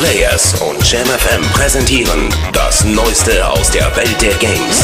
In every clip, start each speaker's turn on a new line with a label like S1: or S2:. S1: Players und JamFM präsentieren das Neueste aus der Welt der Games.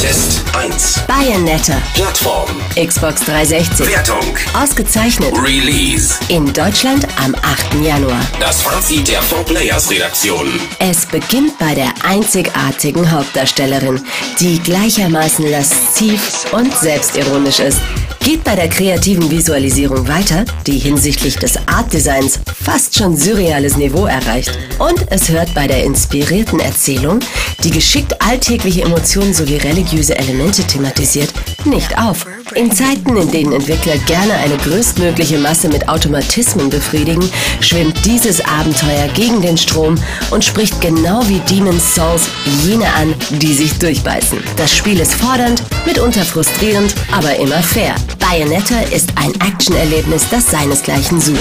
S1: Test 1.
S2: Bayonetta.
S1: Plattform.
S2: Xbox 360.
S1: Wertung.
S2: Ausgezeichnet.
S1: Release.
S2: In Deutschland am 8. Januar.
S1: Das Fazit der 4-Players-Redaktion.
S2: Es beginnt bei der einzigartigen Hauptdarstellerin, die gleichermaßen lasziv und selbstironisch ist. Geht bei der kreativen Visualisierung weiter, die hinsichtlich des Artdesigns fast schon surreales Niveau erreicht. Und es hört bei der inspirierten Erzählung, die geschickt alltägliche Emotionen sowie religiöse Elemente thematisiert, nicht auf. In Zeiten, in denen Entwickler gerne eine größtmögliche Masse mit Automatismen befriedigen, schwimmt dieses Abenteuer gegen den Strom und spricht genau wie Demon's Souls jene an, die sich durchbeißen. Das Spiel ist fordernd, mitunter frustrierend, aber immer fair. Bayonetta ist ein Action-Erlebnis, das seinesgleichen sucht.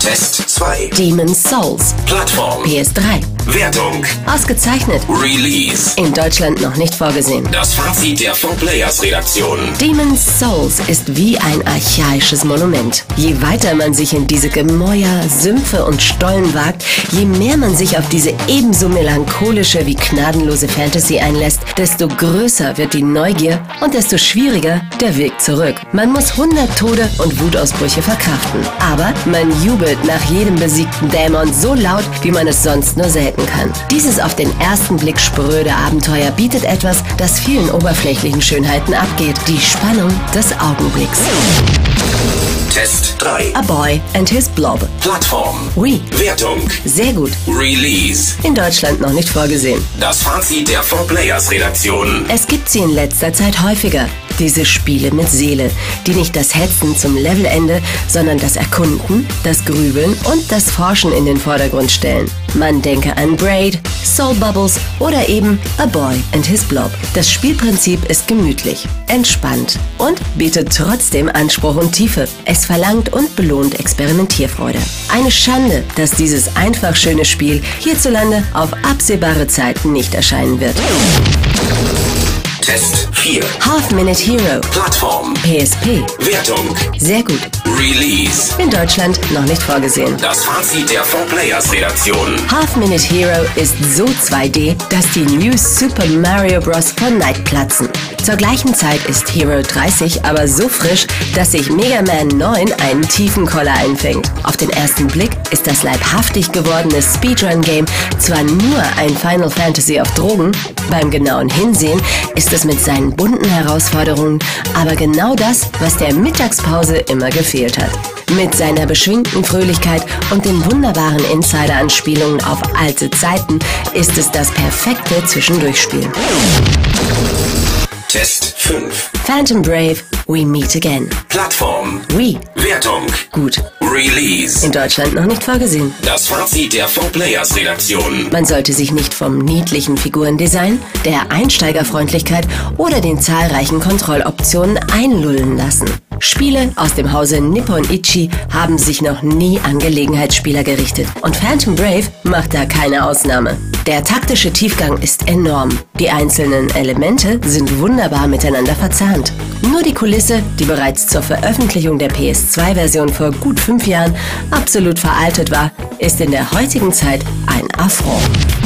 S1: Test 2.
S2: Demon's Souls,
S1: Plattform.
S2: PS3.
S1: Wertung.
S2: Ausgezeichnet.
S1: Release.
S2: In Deutschland noch nicht vorgesehen.
S1: Das Fazit der 4-Players-Redaktion.
S2: Demon's Souls ist wie ein archaisches Monument. Je weiter man sich in diese Gemäuer, Sümpfe und Stollen wagt, je mehr man sich auf diese ebenso melancholische wie gnadenlose Fantasy einlässt, desto größer wird die Neugier und desto schwieriger der Weg zurück. Man muss 100 Tode und Wutausbrüche verkraften. Aber man jubelt nach jedem besiegten Dämon so laut, wie man es sonst nur selten kann. Dieses auf den ersten Blick spröde Abenteuer bietet etwas, das vielen oberflächlichen Schönheiten abgeht. Die Spannung des Augenblicks.
S1: Test 3.
S2: A Boy and His Blob.
S1: Plattform.
S2: Wii.
S1: Wertung.
S2: Sehr gut.
S1: Release.
S2: In Deutschland noch nicht vorgesehen.
S1: Das Fazit der 4-Players-Redaktion.
S2: Es gibt sie in letzter Zeit häufiger. Diese Spiele mit Seele, die nicht das Hetzen zum Levelende, sondern das Erkunden, das Grübeln und das Forschen in den Vordergrund stellen. Man denke an Braid, Soul Bubbles oder eben A Boy and His Blob. Das Spielprinzip ist gemütlich, entspannt und bietet trotzdem Anspruch und Tiefe. Es verlangt und belohnt Experimentierfreude. Eine Schande, dass dieses einfach schöne Spiel hierzulande auf absehbare Zeit nicht erscheinen wird.
S1: Test 4.
S2: Half Minute Hero,
S1: Plattform.
S2: PSP.
S1: Wertung.
S2: Sehr gut.
S1: Release.
S2: In Deutschland noch nicht vorgesehen.
S1: Das Fazit der 4-Players-Redaktion.
S2: Half Minute Hero ist so 2D, dass die New Super Mario Bros. von Night platzen. Zur gleichen Zeit ist Hero 30 aber so frisch, dass sich Mega Man 9 einen tiefen Koller einfängt. Auf den ersten Blick ist das leibhaftig gewordene Speedrun-Game zwar nur ein Final Fantasy auf Drogen, beim genauen Hinsehen ist es mit seinen bunten Herausforderungen aber genau das, was der Mittagspause immer gefehlt hat. Mit seiner beschwingten Fröhlichkeit und den wunderbaren Insider-Anspielungen auf alte Zeiten ist es das perfekte Zwischendurchspiel.
S1: Test 5.
S2: Phantom Brave, We Meet Again.
S1: Plattform.
S2: We.
S1: Wertung.
S2: Gut.
S1: Release.
S2: In Deutschland noch nicht vorgesehen.
S1: Das Fazit der 4-Players-Redaktion.
S2: Man sollte sich nicht vom niedlichen Figurendesign, der Einsteigerfreundlichkeit oder den zahlreichen Kontrolloptionen einlullen lassen. Spiele aus dem Hause Nippon Ichi haben sich noch nie an Gelegenheitsspieler gerichtet und Phantom Brave macht da keine Ausnahme. Der taktische Tiefgang ist enorm. Die einzelnen Elemente sind wunderbar miteinander verzahnt. Nur die Kulisse, die bereits zur Veröffentlichung der PS2-Version vor gut fünf Jahren absolut veraltet war, ist in der heutigen Zeit ein Affront.